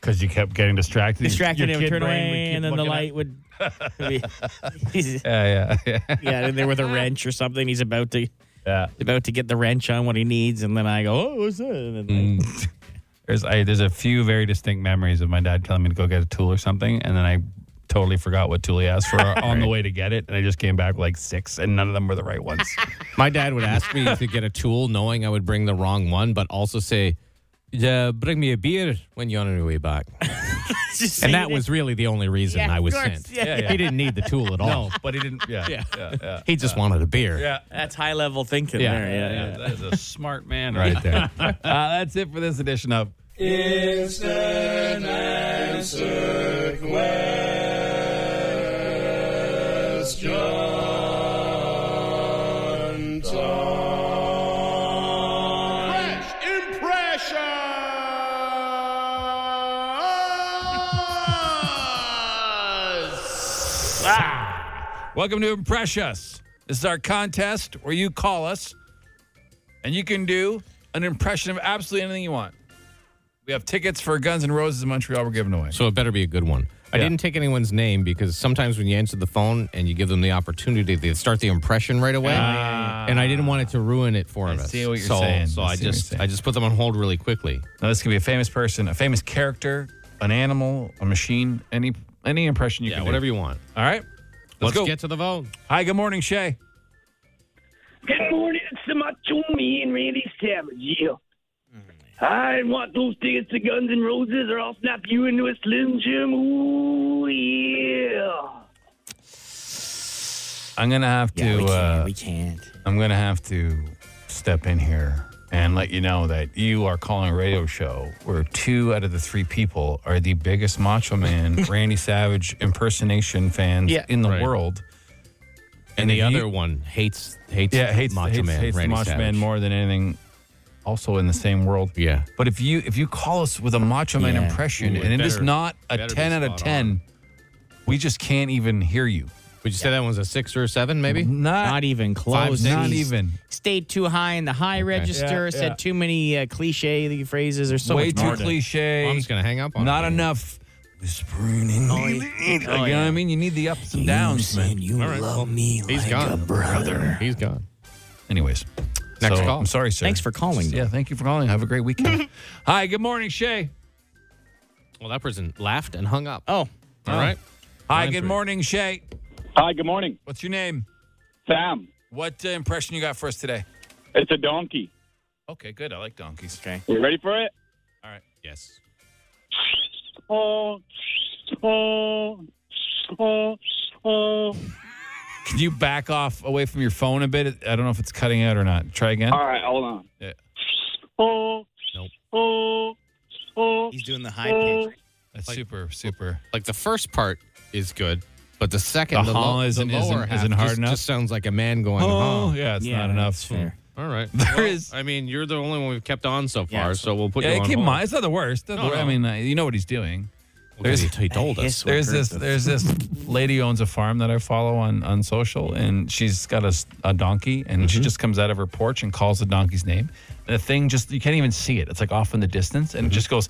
B: because you kept getting distracted. Your-
D: Distracted
B: your
D: him,
B: kid
D: turn
B: brain would
D: away,
B: keep
D: and then the
B: looking up.
D: light would. be- he's
B: Yeah, yeah, yeah.
D: yeah, in there with a wrench or something. He's about to
B: yeah.
D: about to get the wrench on what he needs, and then I go, "Oh, what's that?" And then
B: Mm. There's I, there's a few very distinct memories of my dad telling me to go get a tool or something, and then I totally forgot what tool he asked for on the way to get it, and I just came back with like six, and none of them were the right ones.
C: My dad would ask me to get a tool, knowing I would bring the wrong one, but also say, yeah, bring me a beer when you're on your way back.
D: Just
C: And
D: saying
C: that was really the only reason
D: Yeah,
C: I
D: of
C: was
D: course.
C: sent.
D: Yeah, Yeah,
B: yeah.
C: He didn't need the tool at all.
B: no, but he didn't. Yeah, yeah, yeah. yeah.
C: He just wanted a beer.
D: that's high level thinking.
C: Yeah.
D: there. yeah. yeah.
B: That is a smart man right there. uh, that's it for this edition of. Ah! Welcome to Impress Us. This is our contest where you call us and you can do an impression of absolutely anything you want. We have tickets for Guns N' Roses in Montreal. We're giving away.
C: So it better be a good one. I didn't take anyone's name because sometimes when you answer the phone and you give them the opportunity, they start the impression right away, and I didn't want it to ruin it for us.
B: Ah. see what you're
C: so,
B: saying.
C: So
B: I
C: I,
B: see what
C: just
B: you're saying.
C: I just put them on hold really quickly.
B: Now this could be a famous person, a famous character, an animal, a machine, any any impression you
C: Yeah,
B: can.
C: whatever you want.
B: All right. Let's
C: Let's,
B: go.
C: get to the vote.
B: Hi. Good morning, Shay.
L: Good morning, it's the Macho Man Randy Savage. Yeah.
C: Mm.
L: I want those tickets to Guns N' Roses, or I'll snap you into a Slim Jim. Ooh, yeah.
B: I'm gonna have to.
D: Yeah, we can't-
B: uh,
D: we can't.
B: I'm gonna have to step in here and let you know that you are calling a radio show where two out of the three people are the biggest Macho Man Randy Savage impersonation fans
C: Yeah.
B: in the
C: Right.
B: world.
C: And, the
B: if you-
C: other one hates hates
B: yeah hates
C: Macho
B: hates,
C: Man
B: hates the
C: Randy
B: Macho Man
C: Savage.
B: more than anything. Also in the same world.
C: Yeah.
B: But if you if you call us with a Macho Man
D: Yeah.
B: impression
C: Ooh, it
B: and it is
C: better-
B: not a
C: better be
B: ten out of
C: spot
B: ten, we just can't even hear you.
C: Would you say that one's a six or a seven? Maybe.
B: Not,
D: Not even close.
B: not
D: He's
B: even.
D: Stayed too high in the high register.
B: Yeah, yeah.
D: Said too many uh, cliche phrases or so
B: way
D: much
B: too
D: more to-
B: cliche.
C: I'm just gonna hang up on.
B: not
C: it.
B: enough whispering in
D: Oh,
B: the
D: yeah.
B: ear.
D: Oh,
B: you know what I
D: yeah.
B: mean? You need the ups and downs, man.
D: you
C: All right, love well,
D: me
C: He's gone, brother. He's gone.
B: Anyways,
C: Next
B: so,
C: call.
B: I'm sorry, sir.
D: Thanks for calling,
B: Yeah, thank you for calling. Have a great weekend. Hi, good morning, Shay.
C: Well, that person laughed and hung up.
D: Oh,
C: All right.
B: Hi,
C: Mine's
B: good
C: ready.
B: morning, Shay.
J: Hi, good morning.
B: What's your name?
J: Sam,
B: What uh, impression you got for us today?
J: it's a donkey.
B: Okay, good. I like donkeys.
D: okay.
J: You ready for it?
B: All right. Yes.
J: Oh, oh, oh, oh.
B: Can you back off away from your phone a bit? I don't know if it's cutting out or not. Try again.
J: All right, hold on.
B: Yeah.
J: Oh,
C: Nope.
J: oh, oh.
D: He's doing the high pitch.
B: That's super, super.
C: Like the first part is good, but the second,
B: The
C: the,
B: huh
C: lo-
B: isn't-
C: the lower
B: isn't-
C: half
B: isn't hard
C: just,
B: enough?
C: just sounds like a man going,
B: Oh,
C: "Huh."
B: yeah, it's
D: Yeah,
B: not enough.
D: that's fair.
C: All right.
B: There
C: Well,
B: is-
C: I mean, you're the only one we've kept on so
D: Yeah,
C: far, so we'll put you
B: Yeah,
C: on
B: keep in
C: hold.
B: mind, it's not the worst. Not the
C: No,
B: worst.
C: no.
B: I mean, uh, you know what he's doing.
C: Because he, he told us.
D: Yes,
B: There's
D: we're
B: this
D: hurt.
B: there's this lady owns a farm that I follow on on social, and she's got a, s- a donkey, and
D: Mm-hmm.
B: she just comes out of her porch and calls the donkey's name, and the thing just you can't even see it. It's like off in the distance,
D: Mm-hmm.
B: and it just goes.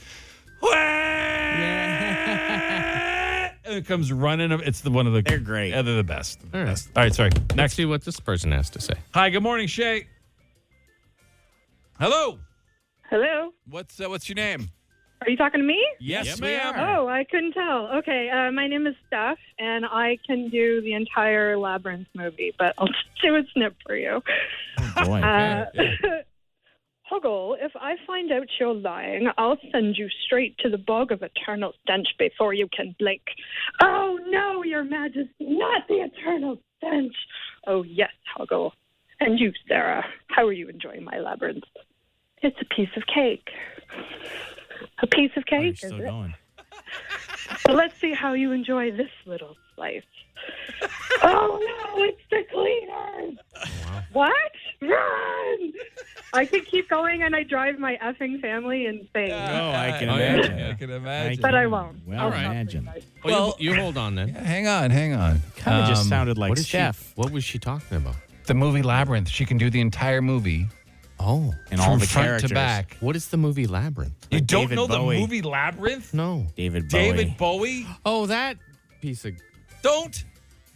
B: "Wah!" And it comes running. up- It's the one of the.
D: They're great.
B: Yeah, they're the best. All
C: right.
B: All right. Sorry.
C: Let's
B: Next.
C: see what this person has to say.
B: Hi. Good morning, Shay. Hello.
M: Hello,
B: What's uh, what's your name?
M: are you talking to me?
B: Yes,
C: Yep.
B: ma'am.
M: Oh, I couldn't tell. Okay, uh, my name is Steph, and I can do the entire Labyrinth movie, but I'll do a snip for you.
B: Oh,
D: Boy.
M: Uh, Hoggle, if I find out you're lying, I'll send you straight to the bog of eternal stench before you can blink. Oh, no, Your Majesty, not the eternal stench. Oh, yes, Hoggle. And you, Sarah, how are you enjoying my labyrinth? It's a piece of cake. A piece of
D: Oh, you're
M: cake, is
D: still
M: it?
D: going.
M: So let's see how you enjoy this little slice. oh no, it's the cleaners! What? Run! I could keep going and I drive my effing family insane.
D: Oh, I can
B: Oh, yeah,
D: imagine.
B: I can imagine.
M: but I won't.
D: Well,
M: I'll
D: I
M: stop
D: imagine.
M: doing that.
C: Well, you, you hold on then.
B: Hang on, hang on.
D: Kind of just
B: Um,
D: sounded like
C: what is
D: Steph
C: she? What was she talking about?
B: the movie Labyrinth. She can do the entire movie
C: Oh,
D: and all
B: from
D: the
B: front
D: characters.
B: to back.
C: what is the movie Labyrinth?
B: You don't
D: David
B: know
D: Bowie.
B: the movie Labyrinth?
C: No.
D: David Bowie.
B: David Bowie?
C: Oh, that piece of.
B: Don't,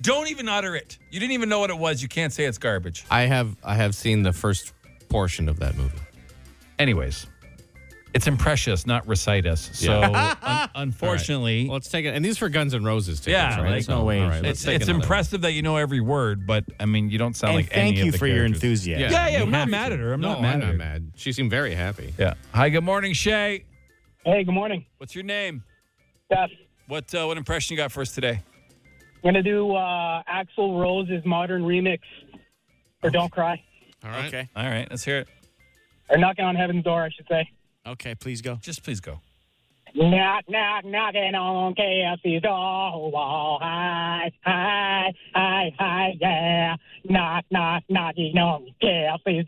B: don't even utter it. You didn't even know what it was. You can't say it's garbage.
C: I have I have seen the first portion of that movie.
B: Anyways, it's impressious, not recite us. So un- unfortunately,
C: Well, let's take it. And these were Guns and Roses tickets,
B: Yeah,
C: right?
B: like, no
D: way.
C: all right, let's
B: it's
C: take
B: it's
C: another one.
B: impressive that you know every word, but I mean you don't sound
D: And
B: like
D: thank
B: any of
D: you
B: the
D: for your
B: characters.
D: enthusiasm.
B: Yeah, yeah,
C: you
B: I'm not
C: have
B: mad
C: to.
B: at her. I'm
C: no,
B: not mad
C: I'm
B: at
C: not
B: her.
C: mad. She seemed very happy.
B: Yeah. Hi, good morning, Shay.
J: Hey, good morning.
B: What's your name?
J: Steph,
B: What uh, what impression you got for us today?
J: I'm going to do uh, Axel Rose's modern remix for Don't Cry,
C: All right.
D: Okay.
B: All right, let's hear it.
J: or Knocking on Heaven's Door, I should say.
D: Okay, please go.
B: Just please go.
J: Knock, knock, knocking on KFC's door. Wall high, high, high, high, yeah. Knock, knock, knocking on KFC's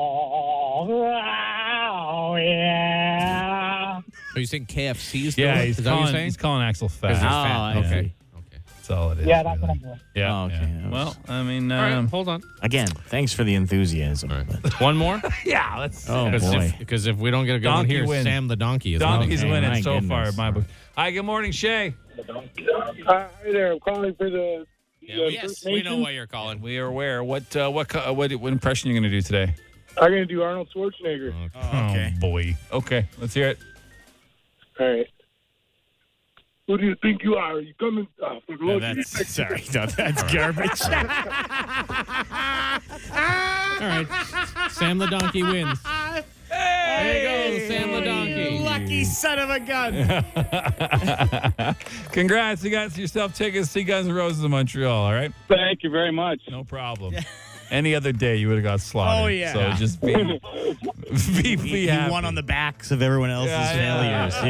J: door. Oh, yeah.
C: Are you saying KFC's?
B: Yeah,
C: door?
B: he's
C: is that what
B: calling,
C: you're saying?
B: he's calling Axel
C: Because
B: fat.
C: he's
D: Oh,
C: fat.
D: I
C: okay.
D: see. Oh,
C: Okay.
B: That's all it is.
J: Yeah, that's what I'm doing.
B: Yeah.
D: okay.
B: Well, I mean,
C: All right,
B: um,
C: hold on.
D: Again, thanks for the enthusiasm. but-
C: One more?
B: yeah, let's.
D: Oh,
C: Because
D: boy. Oh,
C: if- Because if, we don't get a good one
B: Donkey
C: here,
B: wins.
C: Sam the donkey is
B: Donkey's
C: winning.
B: winning
C: My
B: so
C: goodness.
B: far in my book. Hi, good morning, Shay.
N: Hi there. I'm calling for the.
C: Yeah, we- yes, we know why you're calling.
B: We are aware. What uh, what co- what what impression are you going to do today?
N: I'm going to do Arnold Schwarzenegger.
B: Oh boy. Okay, let's hear it.
N: All right. Who do you think you are? You coming? Oh, for the
D: No,
N: Lord, you-
D: that's, sorry, no, that's
C: All right.
D: garbage.
C: All right. Sam the donkey wins. There you go, Sam the donkey.
D: Lucky son of a gun.
B: Congrats, you got yourself tickets to Guns N' Roses in Montreal. All right.
N: Thank you very much.
B: No problem. Any other day, you would have got slaughtered.
D: Oh, yeah.
B: So just be be,
D: He,
B: be
D: he
B: happy.
D: won on the backs of everyone else's
B: Yeah, yeah.
D: failures.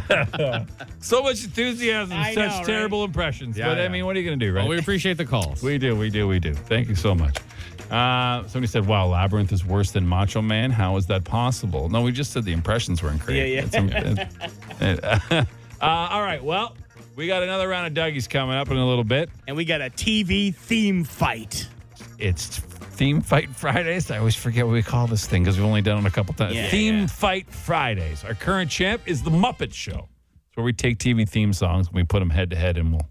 D: Yeah.
B: so much enthusiasm,
D: I
B: such
D: know, right?
B: terrible impressions.
C: Yeah,
B: but I
C: yeah.
B: mean, what are you going to do, right?
C: Well, we appreciate the calls.
B: Oh, We do, we do, we do. Thank you so much. Uh, somebody said, "Wow, Labyrinth is worse than Macho Man. How is that possible?" No, we just said the impressions were incredible.
D: Yeah, yeah.
B: uh, all right. Well, we got another round of Dougies coming up in a little bit.
D: And we got a TV theme fight.
B: It's Theme Fight Fridays. I always forget what we call this thing because we've only done it a couple times.
D: Yeah,
B: theme Fight Fridays. Our current champ is the Muppet Show. It's where we take TV theme songs and we put them head to head, and we'll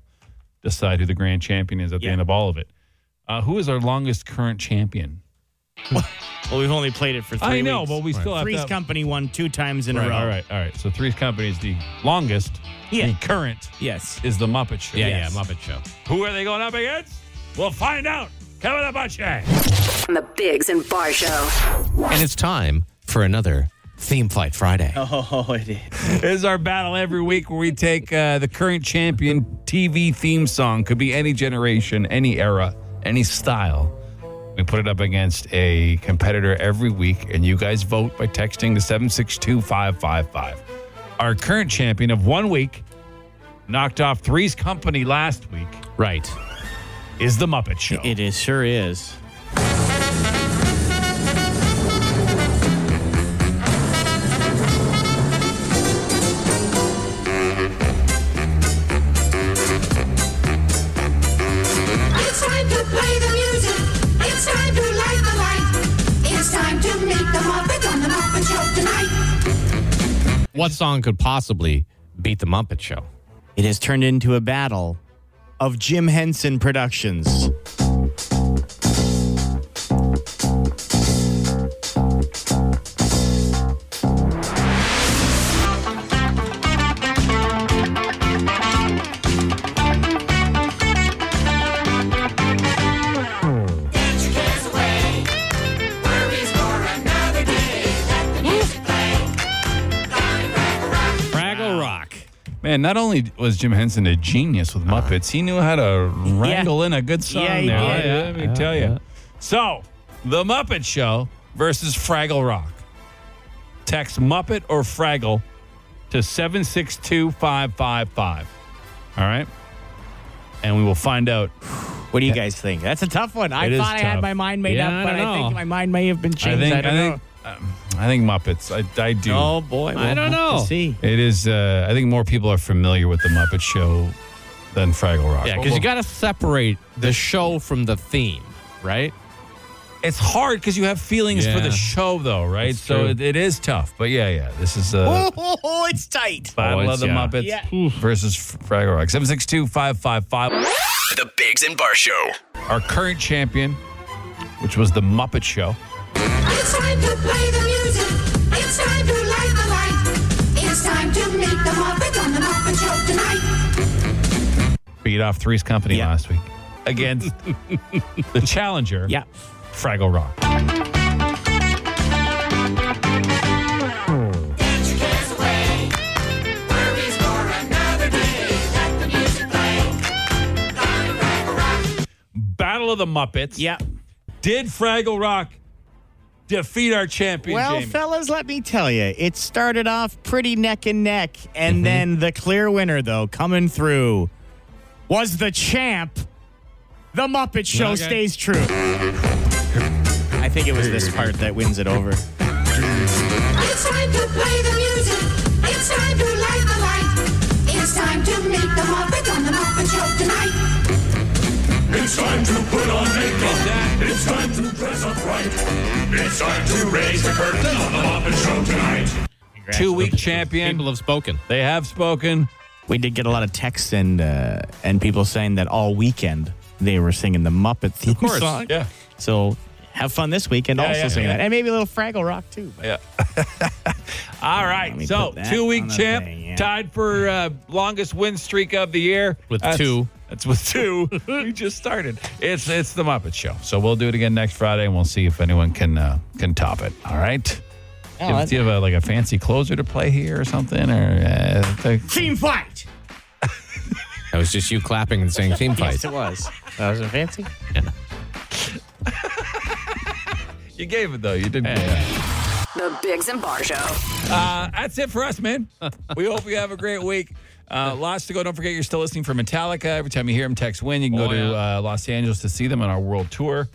B: decide who the grand champion is at the end of all of it. Uh, who is our longest current champion?
D: Well, we've only played it for three
B: I know,
D: weeks.
B: but we still have
D: Three's
B: to-
D: Company won two times in
B: Right,
D: a row.
B: All right, all right. So Three's Company is the longest.
D: Yeah.
B: The current
D: Yes.
B: is the Muppet Show.
C: Yeah,
D: Yes.
C: yeah, Muppet Show.
B: Who are they going up against? We'll find out. Coming up on Shay.
G: On the Bigs and Bar Show.
C: And it's time for another Theme Fight Friday.
D: Oh, it is.
B: This is our battle every week where we take uh, the current champion TV theme song. Could be any generation, any era, any style. We put it up against a competitor every week, and you guys vote by texting to 762555. Our current champion of one week knocked off Three's Company last week
C: Right.
B: is The Muppet Show.
D: It is. Sure is.
O: It's time to play the music. It's time to light the light. It's time to meet the Muppet on the Muppet Show tonight.
C: What song could possibly beat the Muppet Show?
D: It has turned into a battle of Jim Henson Productions.
O: Get your cares away. Worries for another day. Let the music play.
C: Fraggle Rock.
B: Man, not only was Jim Henson a genius with Muppets, he knew how to wrangle in a good song.
D: Uh-huh. Yeah, he
B: there.
D: did.
B: Let- Let me tell you. So, The Muppet Show versus Fraggle Rock. Text Muppet or Fraggle to 762555. All right? And we will find out.
D: What do you guys think? That's a tough one. I
B: It is
D: thought I had
B: tough.
D: my mind made
C: Yeah,
D: up,
C: I
D: but
C: don't
D: I
C: know.
D: think my mind may have been
B: I
D: changed.
B: think,
D: I don't
B: think, um, I think Muppets. I, I do.
D: know. Oh boy,
C: I
D: we'll
C: don't
D: have to
C: know.
D: See,
B: It is, uh, I think more people are familiar with The Muppet Show than Fraggle Rock.
C: Yeah, because you got to separate the show from the theme, right?
B: It's hard because you have feelings for
C: Yeah.
B: the show, though, right?
C: That's
B: So
C: true.
B: it, it is tough. But yeah, yeah, this is uh,
D: oh, oh, oh, it's tight.
B: Battle
C: Oh,
B: of
C: it's-
B: the
C: yeah.
B: Muppets
D: Yeah.
B: versus Fraggle Rock. 762 555.
A: The Bigs and Bar Show.
B: Our current champion, which was The Muppet Show.
O: It's time to play the music. It's time to light the light. It's time to meet the Muppet on the Muppet Show tonight.
B: beat off Three's Company
D: Yeah.
B: last week against the challenger,
D: Yeah.
B: Fraggle Rock.
O: Get your cares away. Worries for another day. Let the music play.
B: Battle of the Muppets.
D: Yeah.
B: Did Fraggle Rock defeat our champion,
D: Well,
B: Jamie?
D: fellas, let me tell you, it started off pretty neck and neck, and then the clear winner, though, coming through, was the champ. The Muppet Show
C: Okay.
D: stays true. I think it was this part that wins it over.
O: It's time to play the music. It's time to light the light. It's time to meet the Muppet on on the Muppet Show tonight.
P: It's time to put on makeup. It's time to dress up right. It's time to raise the curtain on the Muppet Show tonight.
B: Two week champion.
D: People
C: have spoken.
B: They have spoken.
D: We did get a lot of texts and uh, and people saying that all weekend they were singing the Muppet theme
B: course,
D: song.
B: yeah.
D: So have fun this weekend
B: Yeah,
D: also
B: yeah,
D: singing
B: yeah.
D: that, and maybe a little Fraggle Rock too.
B: Yeah. All right.
D: me
B: So,
D: put that
B: two week
D: on the
B: champ,
D: thing, yeah.
B: tied for uh, longest win streak of the year.
C: With
B: That's-
C: two.
B: That's with two. we just started. It's it's the Muppet Show. So we'll do it again next Friday, and we'll see if anyone can uh, can top it. All right.
D: Oh,
B: do, you-
D: that's-
B: do you have a, like a fancy closer to play here or something? Or uh, the-
D: Team fight.
C: That was just you clapping and saying team fight.
D: Yes, it was. That was fancy.
B: you gave it though. You didn't.
G: The Biggs and Bar Show.
B: Uh, that's it for us, man. We hope you have a great week. Uh, lots to go. Don't forget, you're still listening for Metallica. Every time you hear them, text win. You can
C: Oh,
B: go to uh, Los Angeles to see them on our world tour.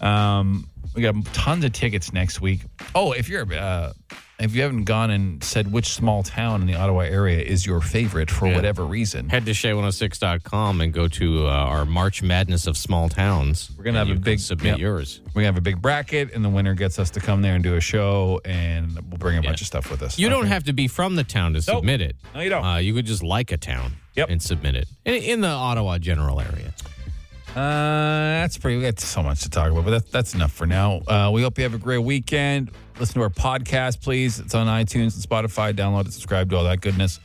B: Um, we got tons of tickets next week. Oh, if you're uh, if you haven't gone and said which small town in the Ottawa area is your favorite for whatever reason,
C: Head to shay106.com and go to uh, our March Madness of Small Towns. We're
B: gonna have a big-
C: submit
B: yep.
C: yours.
B: we have a big bracket, and the winner gets us to come there and do a show, and we'll bring a bunch of stuff with us.
C: You don't have to be from the town to submit it.
B: No, you don't.
C: Uh, you could just like a town and submit it in, in the Ottawa general area.
B: Uh, that's pretty. We got so much to talk about, but that, that's enough for now. Uh, we hope you have a great weekend. Listen to our podcast, please. It's on iTunes and Spotify. Download it, subscribe to all that goodness.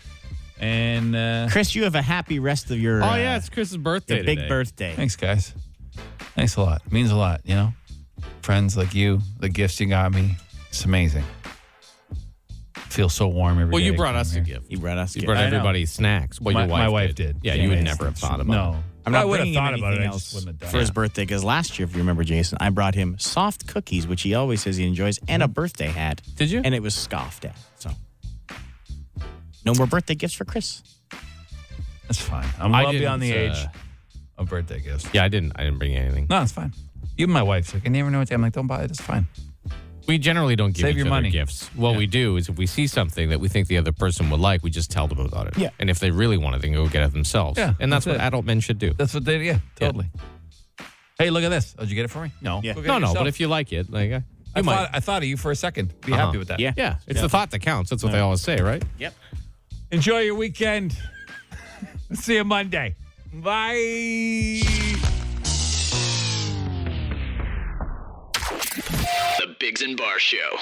B: And uh,
D: Chris, you have a happy rest of
B: Oh,
D: your. uh,
C: Chris's
D: your
C: birthday.
D: big birthday.
B: thanks, guys. Thanks a lot. It means a lot. You know, friends like you, the gifts you got me. It's amazing. Feel so warm every
C: Well,
B: day
C: you
B: to
C: brought
B: come
C: us a
B: here.
C: gift.
D: You brought us.
C: You
D: gifts.
C: brought
B: I know.
C: everybody snacks. Well,
B: my,
C: your wife
B: my wife did.
C: Yeah, you would
B: it's-
C: never have thought about
B: no.
C: it.
D: I'm not
B: I would have
D: bringing him
B: thought about it.
D: anything
B: I just
D: else
B: wouldn't have done
D: for
B: it.
D: his birthday because last year, if you remember, Jason, I brought him soft cookies, which he always says he enjoys, and
C: Mm-hmm.
D: a birthday hat.
C: Did you?
D: And it was scoffed at. So, no more birthday gifts for Chris.
B: That's fine. I'm
C: I
B: well beyond the
C: didn't,
B: age
C: uh,
B: of birthday gifts.
C: Yeah, I didn't. I didn't bring anything.
B: No, it's fine. Even my wife's like, I never know what. I'm like, don't buy it. It's fine.
C: We generally don't give
B: Save
C: each
B: your
C: other
B: money.
C: gifts. What we do is if we see something that we think the other person would like, we just tell them about it. Yeah. And if they really want it, they can go get it themselves.
B: Yeah,
C: And that's,
B: that's
C: what
B: it.
C: adult men should do.
B: That's what they. Yeah, totally. Hey, look at this. Oh, did you get it for me? No.
C: Yeah. No, no. But if you like it, like uh, you
B: I
C: might
B: thought, I thought of you for a second. Be
C: Uh-huh.
B: happy with that.
C: Yeah. Yeah. It's the thought that counts. That's what they always say, right?
B: Enjoy your weekend. See you Monday. Bye.
Q: The Biggs and Bar Show.